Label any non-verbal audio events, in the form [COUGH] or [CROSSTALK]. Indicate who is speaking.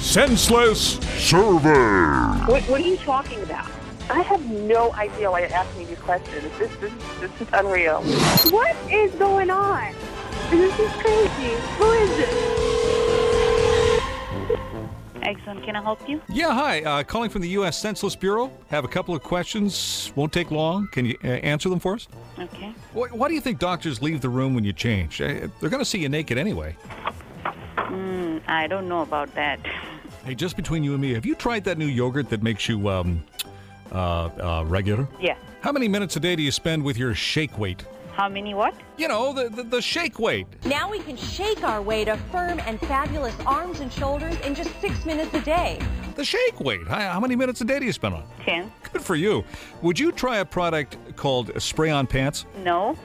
Speaker 1: senseless survey.
Speaker 2: What, what are you talking about? I have no idea why you're asking me these questions. This, this, this is unreal.
Speaker 3: What is going on? This is crazy. Who is this?
Speaker 4: Excellent. Can I help you?
Speaker 5: Yeah, hi. Uh, calling from the U.S. Census Bureau. Have a couple of questions. Won't take long. Can you uh, answer them for us?
Speaker 4: Okay.
Speaker 5: Why, why do you think doctors leave the room when you change? Uh, they're going to see you naked anyway.
Speaker 4: Mm, I don't know about that. [LAUGHS]
Speaker 5: Hey, just between you and me, have you tried that new yogurt that makes you um, uh, uh, regular?
Speaker 4: Yeah.
Speaker 5: How many minutes a day do you spend with your shake weight?
Speaker 4: How many what?
Speaker 5: You know, the, the, the shake weight.
Speaker 6: Now we can shake our way to firm and fabulous arms and shoulders in just six minutes a day.
Speaker 5: The shake weight. How, how many minutes a day do you spend on it?
Speaker 4: Ten?
Speaker 5: Good for you. Would you try a product called Spray On Pants?
Speaker 4: No.